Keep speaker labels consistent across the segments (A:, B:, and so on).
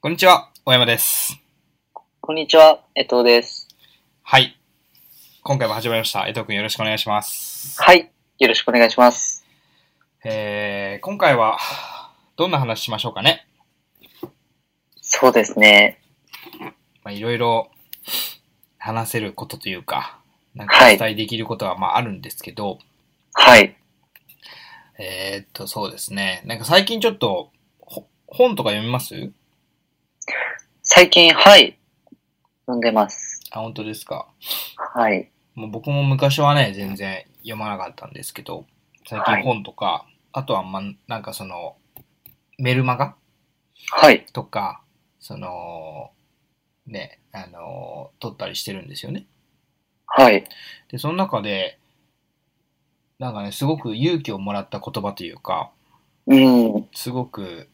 A: こんにちは、小山です。
B: こんにちは、江藤です。
A: はい。今回も始まりました。江藤くんよろしくお願いします。
B: はい。よろしくお願いします。
A: えー、今回は、どんな話しましょうかね。
B: そうですね。
A: まあ、いろいろ話せることというか、なん
B: は
A: か
B: い
A: お伝えできることはまああるんですけど、
B: はい。
A: えーっと、そうですね。なんか最近ちょっと、ほ本とか読みます
B: 最近、はい。読んでます。
A: あ、本当ですか。
B: はい。
A: もう僕も昔はね、全然読まなかったんですけど、最
B: は
A: 近
B: い
A: 本とか、あとはまあ、なんかその、メルマガ
B: はい。
A: とか、その、ね、あの、撮ったりしてるんですよね。
B: はい。
A: で、その中で、なんかね、すごく勇気をもらった言葉というか、
B: うん。
A: すごく、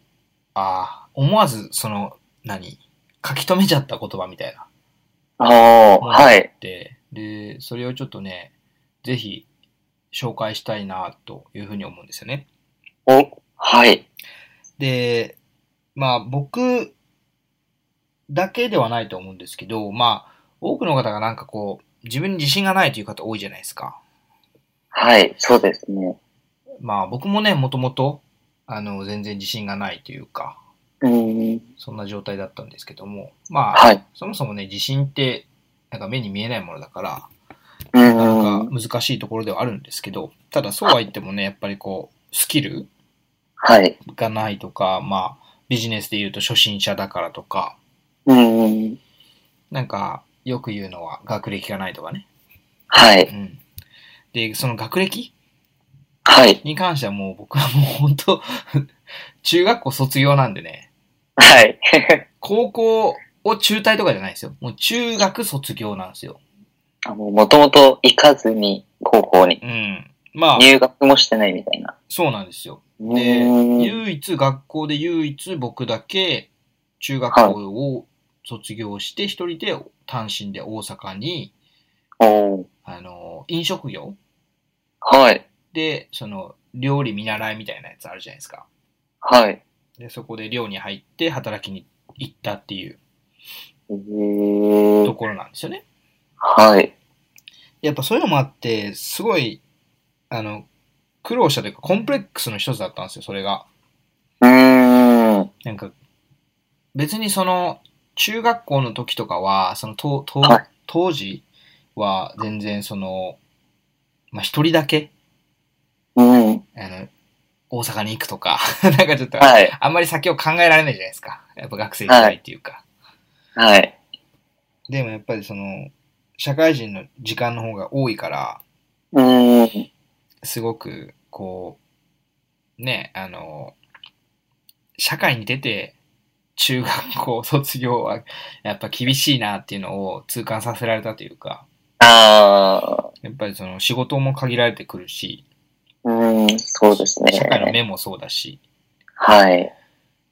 A: ああ、思わず、その、何書き留めちゃった言葉みたいな。
B: ああ、はい。
A: で、で、それをちょっとね、ぜひ、紹介したいな、というふうに思うんですよね。
B: お、はい。
A: で、まあ僕だけではないと思うんですけど、まあ多くの方がなんかこう、自分に自信がないという方多いじゃないですか。
B: はい。そうですね。
A: まあ僕もね、もともと、あの、全然自信がないというか、
B: うん。
A: そんな状態だったんですけども、まあ、
B: はい。
A: そもそもね、自信って、なんか目に見えないものだから、
B: う
A: なん
B: ん。
A: か難しいところではあるんですけど、ただそうは言ってもね、やっぱりこう、スキル
B: はい。
A: がないとか、まあ、ビジネスで言うと初心者だからとか、
B: うん。
A: なんか、よく言うのは学歴がないとかね。
B: は
A: う
B: い。
A: ん。で、その学歴
B: はい。
A: に関してはもう僕はもう本当 中学校卒業なんでね、
B: はい。
A: 高校を中退とかじゃないですよ。もう中学卒業なんですよ。
B: あの、もともと行かずに、高校に。
A: うん。まあ、
B: 入学もしてないみたいな。
A: そうなんですよ。
B: う
A: で、
B: ん。
A: 唯一、学校で唯一僕だけ中学校を卒業して一人で単身で大阪に、
B: お
A: あの、飲食業
B: はい。
A: で、その、料理見習いみたいなやつあるじゃないですか。
B: はい。
A: で、そこで寮に入って働きに行ったっていう
B: え
A: と
B: ー、
A: ころなんですよね。
B: はい。
A: やっぱそういうのもあって、すごい、あの、苦労したというか、コンプレックスの一つだったんですよ、それが。
B: うん。
A: なんか、別にその、中学校の時とかは、その、とと
B: はい
A: 当時は全然その、まあ、一人だけ、
B: うん。
A: あの、大阪に行くとか、 なんかちょっと、
B: はい。
A: あんまり先を考えられないじゃないですか。やっぱ学生時代っていうか。
B: はい。
A: でもやっぱりその、社会人の時間の方が多いから、
B: うん。
A: すごく、こう、ね、あの、社会に出て、中学校 卒業は、やっぱ厳しいなっていうのを痛感させられたというか、
B: ああ、
A: やっぱりその仕事も限られてくるし、
B: うん、そうです
A: 社会の
B: ね。
A: 目もそうだし、
B: はい。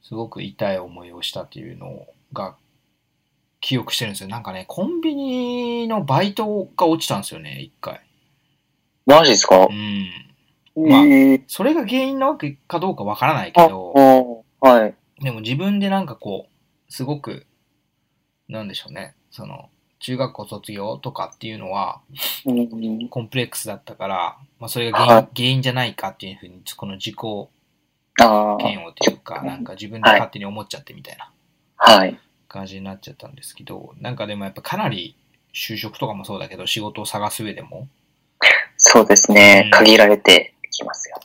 A: すごく痛い思いをしたっていうのが、記憶してるんですよ。なんかね、コンビニのバイトが落ちたんですよね、一回。
B: マジですか
A: うん。まあ
B: え
A: それが原因なわけかどうかわからない
B: あ、
A: け
B: あ
A: ど、
B: はい。
A: でも自分でなんかこう、すごく、なんでしょうね、その、中学校卒業とかっていうのは、
B: うん、
A: コンプレックスだったから、まあそれが原因,、
B: はい
A: 原因じゃないかっていうふうに、この自己
B: あ
A: 嫌悪というか、
B: あ
A: なんか自分で勝手に思っちゃってみたいな
B: あ、はい。
A: 感じになっちゃったんですけど、なんかでもやっぱかなり就職とかもそうだけど、仕事を探す上でも。
B: そうです
A: うん
B: ね。限られてきますよね。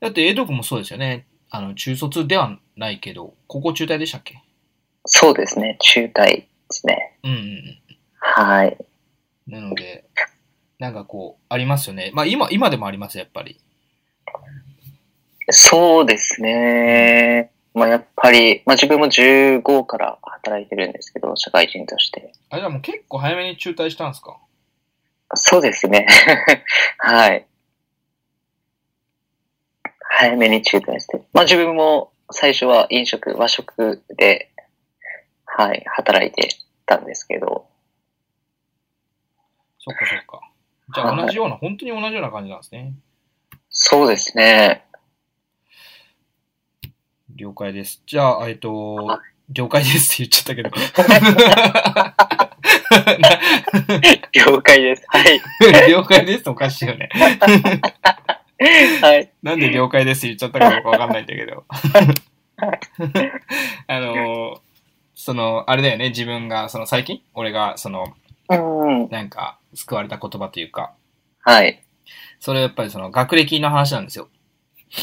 A: だって、江戸君もそうですよね。あの、中卒ではないけど、高校中退でしたっけ
B: そうですね。中退ですね。
A: うんうんうん。
B: はい。
A: なので、なんかこう、ありますよね。まあ今、今でもあります、やっぱり。
B: そうですね。まあ、やっぱり、まあ、自分も15から働いてるんですけど、社会人として。
A: あ、じゃあもう結構早めに中退したんですか
B: そうですね。 はい。早めに中退して。まあ自分も最初は飲食、和食で、はい、働いてたんですけど、
A: そっかそっか。じゃあ同じような、本当に同じような感じなんですね。
B: そ うですね。
A: 了解です。じゃあ、えっと
B: は、
A: 了解ですって言っちゃったけ ど。な
B: 了解です。はい。
A: 了解ですっておかしいよね。
B: はい。
A: なんで了解ですって言っちゃったかよくわかんないんだけど。あの、その、あれだよね、自分が、その最近、俺が、その、
B: うん。
A: なんか、救われた言葉というか、
B: はい。
A: それはやっぱりその学歴の話なんですよ。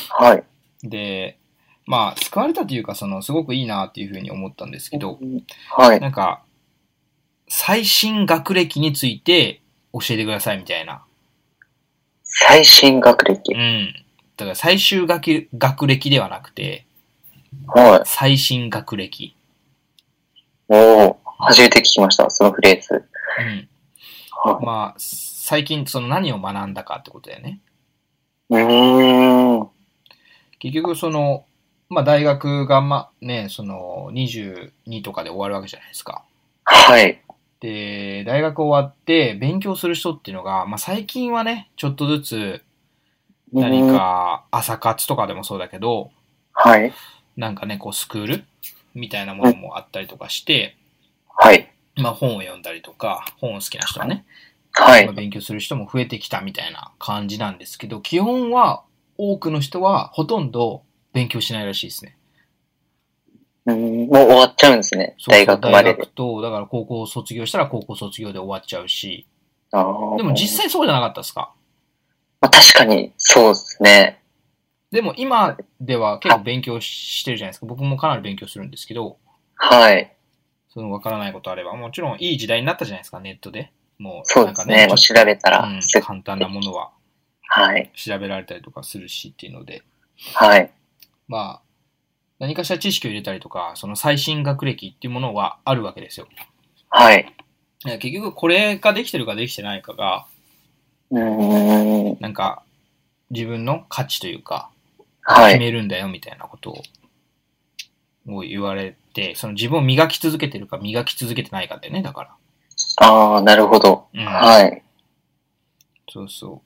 B: はい。
A: で、まあ、救われたというか、その、すごくいいなっていうふうに思ったんですけど、
B: はい。
A: なんか、最新学歴について教えてくださいみたいな。
B: 最新学
A: う
B: 歴。
A: ん。だから最終学学歴ではなくて、
B: はい。
A: 最新学歴。
B: おお初めて聞きました、そのフレーズ。
A: うん。
B: は
A: まあ、最近その何を学んだかってことだよね。
B: い。うーん。
A: 結局その、まあ大学がまあね、その22とかで終わるわけじゃないですか。
B: はい。
A: で、大学終わって勉強する人っていうのが、まあ最近はね、ちょっとずつ何
B: うん。
A: か朝活とかでもそうだけど、
B: はい。
A: なんかね、こうスクールみたいなものもあったりとかして、
B: はい。
A: まあ本を読んだりとか、本を好きな人はね、
B: は
A: まあ
B: い。
A: 勉強する人も増えてきたみたいな感じなんですけど、基本は多くの人はほとんど勉強しないらしいですね。
B: うんもう終わっちゃうんですね。
A: そう
B: 大学まで
A: 大
B: で
A: 学。と、だから高校を卒業したら高校卒業で終わっちゃうし、
B: あー
A: でも実、際そうじゃなかったですか
B: まあ、確かに、そうですね。
A: でも今では結構勉強してるじゃないですか。僕もかなり勉強するんですけど、
B: はい。
A: そのわからないことあれば、もちろんいい時代になったじゃないですか、ネットで。もう、
B: そう
A: なん
B: で
A: か
B: すね。
A: ね、
B: もう
A: ち
B: 調べた
A: ょっと
B: ら、す
A: うん、簡単なものは
B: はい。
A: 調べられたりとかするしっていうので、
B: はい。
A: まあ、何かしら知識を入れたりとか、その最新学歴っていうものはあるわけですよ。
B: はい。
A: だから結局これができてるかできてないかが、
B: うーん。
A: なんか自分の価値というか、
B: は
A: 決
B: い。
A: めるんだよみたいなことをを言われて、その自分を磨き続けてるか磨き続けてないかだよね、だか
B: ああ、なるほど。
A: ら。うん。
B: はい。
A: そうそ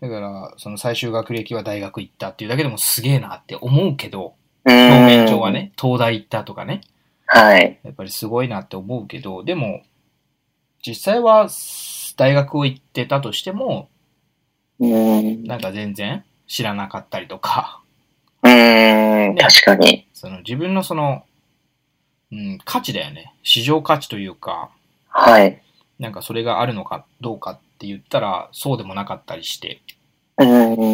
A: う。だから、その最終学歴は大学行ったっていうだけでもすげえなって思うけど、
B: うーん。
A: 表面上は。ね、東大行ったとかね、
B: はい。
A: やっぱりすごいなって思うけど、でも、実際は大学を行ってたとしても、
B: うーん。
A: なんか全然知らなかったりとか、
B: うーん。確かに。
A: その自分のその、うん、価値だよね。市場価値というか、
B: はい。
A: なんかそれがあるのかどうかって言ったら、そうでもなかったりして、
B: うーん。
A: う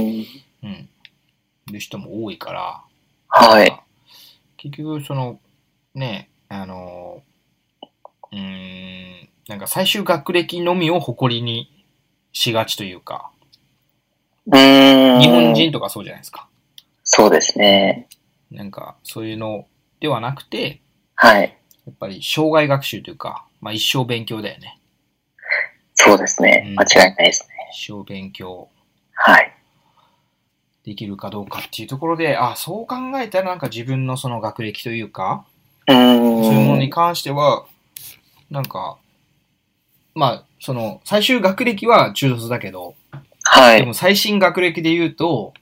A: ん、いう人も多いから、
B: はい。
A: 結局、その、ね、あの、うーん、なんか最終学歴のみを誇りにしがちというか、
B: うーん。
A: 日本人とかそうじゃないですか。
B: そうですね。
A: なんか、そういうのではなくて、
B: はい。
A: やっぱり、生涯学習というか、まあ一生勉強だよね。
B: そうです
A: う
B: ね
A: ん。
B: 間違いないですね。
A: 一生勉強
B: はい。
A: できるかどうかっていうところで、あ、そう考えたらなんか自分のその学歴というか、
B: う
A: そういうもの
B: ー
A: に
B: ん。
A: 関しては、なんか、まあ、その、最終学歴は中卒だけど、
B: は
A: で
B: い。
A: も最新学歴で言うと、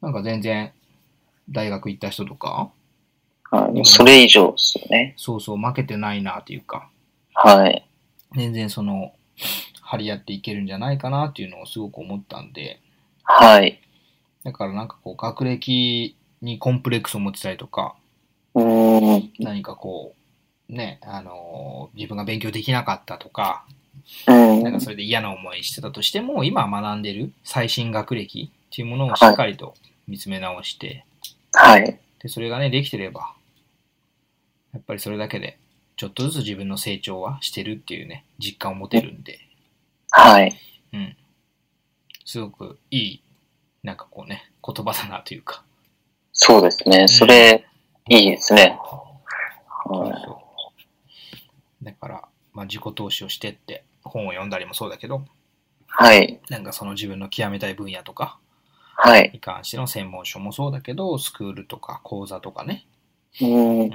A: なんか全然、大学行った人とか、
B: あのそれ以上ですよね。
A: そうそう負けてないなというか、
B: はい。
A: 全然その、張り合っていけるんじゃないかなっていうのをすごく思ったんで、
B: はい。
A: だからなんかこう、学歴にコンプレックスを持ってたりとか、
B: うーん。
A: 何かこう、ね、あのー自分が勉強できなかったとか、
B: うん
A: なんかそれで嫌な思いしてたとしても、今学んでる最新学歴っていうものをしっかりと見つめ直して、
B: はい。
A: で、それがね、できてれば、やっぱりそれだけで、ちょっとずつ自分の成長はしてるっていうね、実感を持てるんで、
B: はい。
A: うん。すごくいい、なんかこうね、言葉だなというか。
B: そうですね。それ、いいですね。
A: そう
B: はい
A: そう。だから、まあ自己投資をしてって、本を読んだりもそうだけど、
B: はい。
A: なんかその自分の極めたい分野とか、
B: はい。
A: に関しての専門書もそうだけど、スクールとか講座とかね、
B: うーん。
A: うん、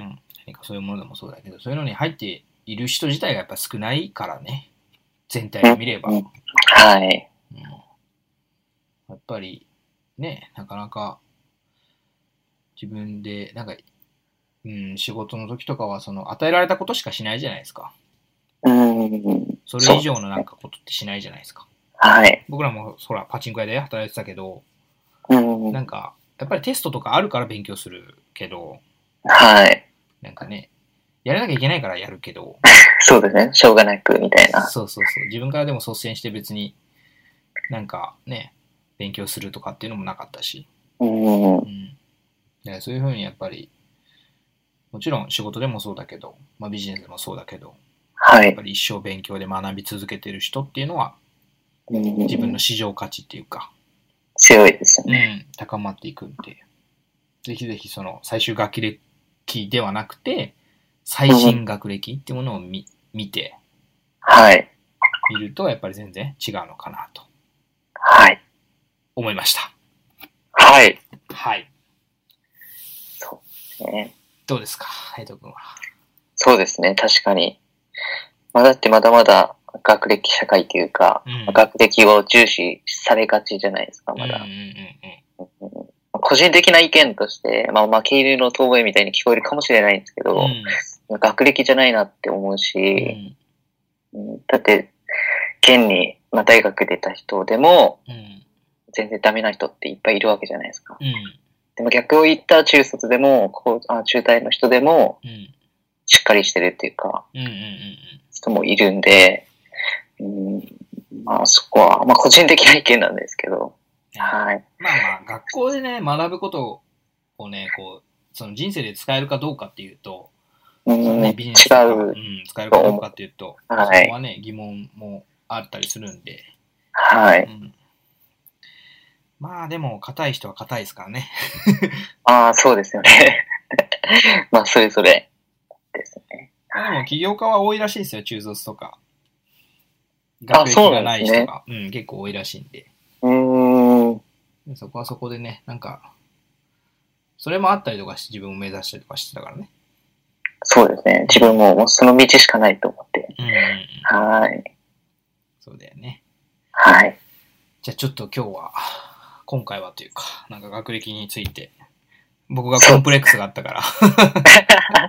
A: 何かそういうものでもそうだけど、そういうのに入っている人自体がやっぱ少ないからね、全体を見れば、
B: う
A: うんん、
B: はい。
A: やっぱりね、なかなか自分で、なんかうん、仕事の時とかは、その、与えられたことしかしないじゃないですか。
B: うん。
A: それ以上のなんかことってしないじゃないですか。
B: はい。
A: 僕らも、ほら、パチンコ屋で働いてたけど、
B: うん。
A: なんか、やっぱりテストとかあるから勉強するけど、
B: はい。
A: なんかね、やらなきゃいけないからやるけど、
B: そうですね。しょうがなく、みたいな。
A: そうそうそう。自分からでも率先して別に、なんかね、勉強するとかっていうのもなかったし。
B: うん。
A: うん。でそういうふうにやっぱり、もちろん仕事でもそうだけど、まあ、ビジネスでもそうだけど、
B: は
A: やっ
B: い。
A: ぱり一生勉強で学び続けてる人っていうのは、
B: 自
A: 自分の市場価値っていうか、
B: 強いですよ
A: う
B: ね。
A: ん、高まっていくんで、ぜひぜひその最終学歴ではなくて、最新学歴っていうものを見見て
B: はい。
A: みると、やっぱり全然違うのかなと
B: はい。
A: 思いました。
B: はい。
A: はい。
B: そう、ね。
A: どうですか、海斗君は。
B: そうですね。確かに。まあ、だってまだまだ学歴社会というか、
A: うん
B: 学歴を重視されがちじゃないですか、まだ。
A: うんうんうん
B: 個人的な意見として、まあまあ、経由の遠吠えみたいに聞こえるかもしれないんですけど、学歴じゃないなって
A: う
B: 思う
A: ん。う
B: し、
A: ん。
B: うんだって、現に、まあ、大学出た人でも、
A: うん。
B: 全然ダメな人っていっぱいいるわけじゃないですか。
A: うん。
B: でも逆を言った中卒でも、こうあ中退の人でも、
A: うん。
B: しっかりしてるっていうか、
A: うんうんうん
B: 人もいるんで、うん、まあそこは、まあ個人的な意見なんですけど、
A: うん。
B: はい。
A: まあまあ、学校でね、学ぶことをね、こう、その人生で使えるかどうかっていうと、
B: う
A: その
B: ん、
A: ね、
B: 違
A: ビジネスとか、う、
B: うん
A: 使えるかどうかっていうと、そこ
B: はい
A: はね、疑問もあったりするんで、
B: は
A: う
B: い。
A: ん。まあでも、硬い人は硬いですからね。
B: ああ、そうですよね。 まあそれぞれですね。
A: まあでも、起業家は多いらしいですよ、中卒とか。
B: あ
A: 学歴
B: そう
A: が
B: な
A: なんい
B: です
A: 人
B: ね
A: が、うん、結構多いらしいんで。
B: うーん、
A: そこはそこでね、なんか、それもあったりとかして自分を目指したりとかしてたからね。
B: そうですね。自分ももうその道しかないと思って。
A: うんうんうん。
B: はい。
A: そうだよね。
B: はい。
A: じゃあちょっと今日は、今回はというか、なんか学歴について、僕がコンプレックスがあったから、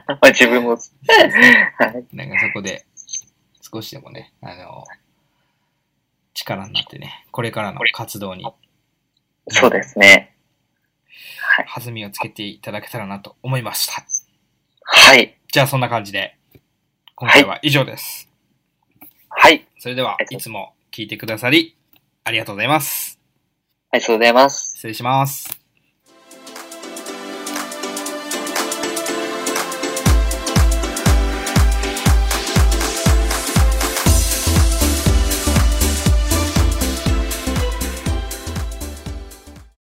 B: まあ自分も、はい。
A: なんかそこで少しでもね、あの、力になってね、これからの活動に
B: そうですね。
A: 弾みをつけていただけたらなと思いました。
B: はい。
A: じゃあそんな感じで、今回は以上です。
B: はい。
A: それでは、いつも聞いてくださり、ありがとうございます。
B: ありがとうございます。
A: 失礼します。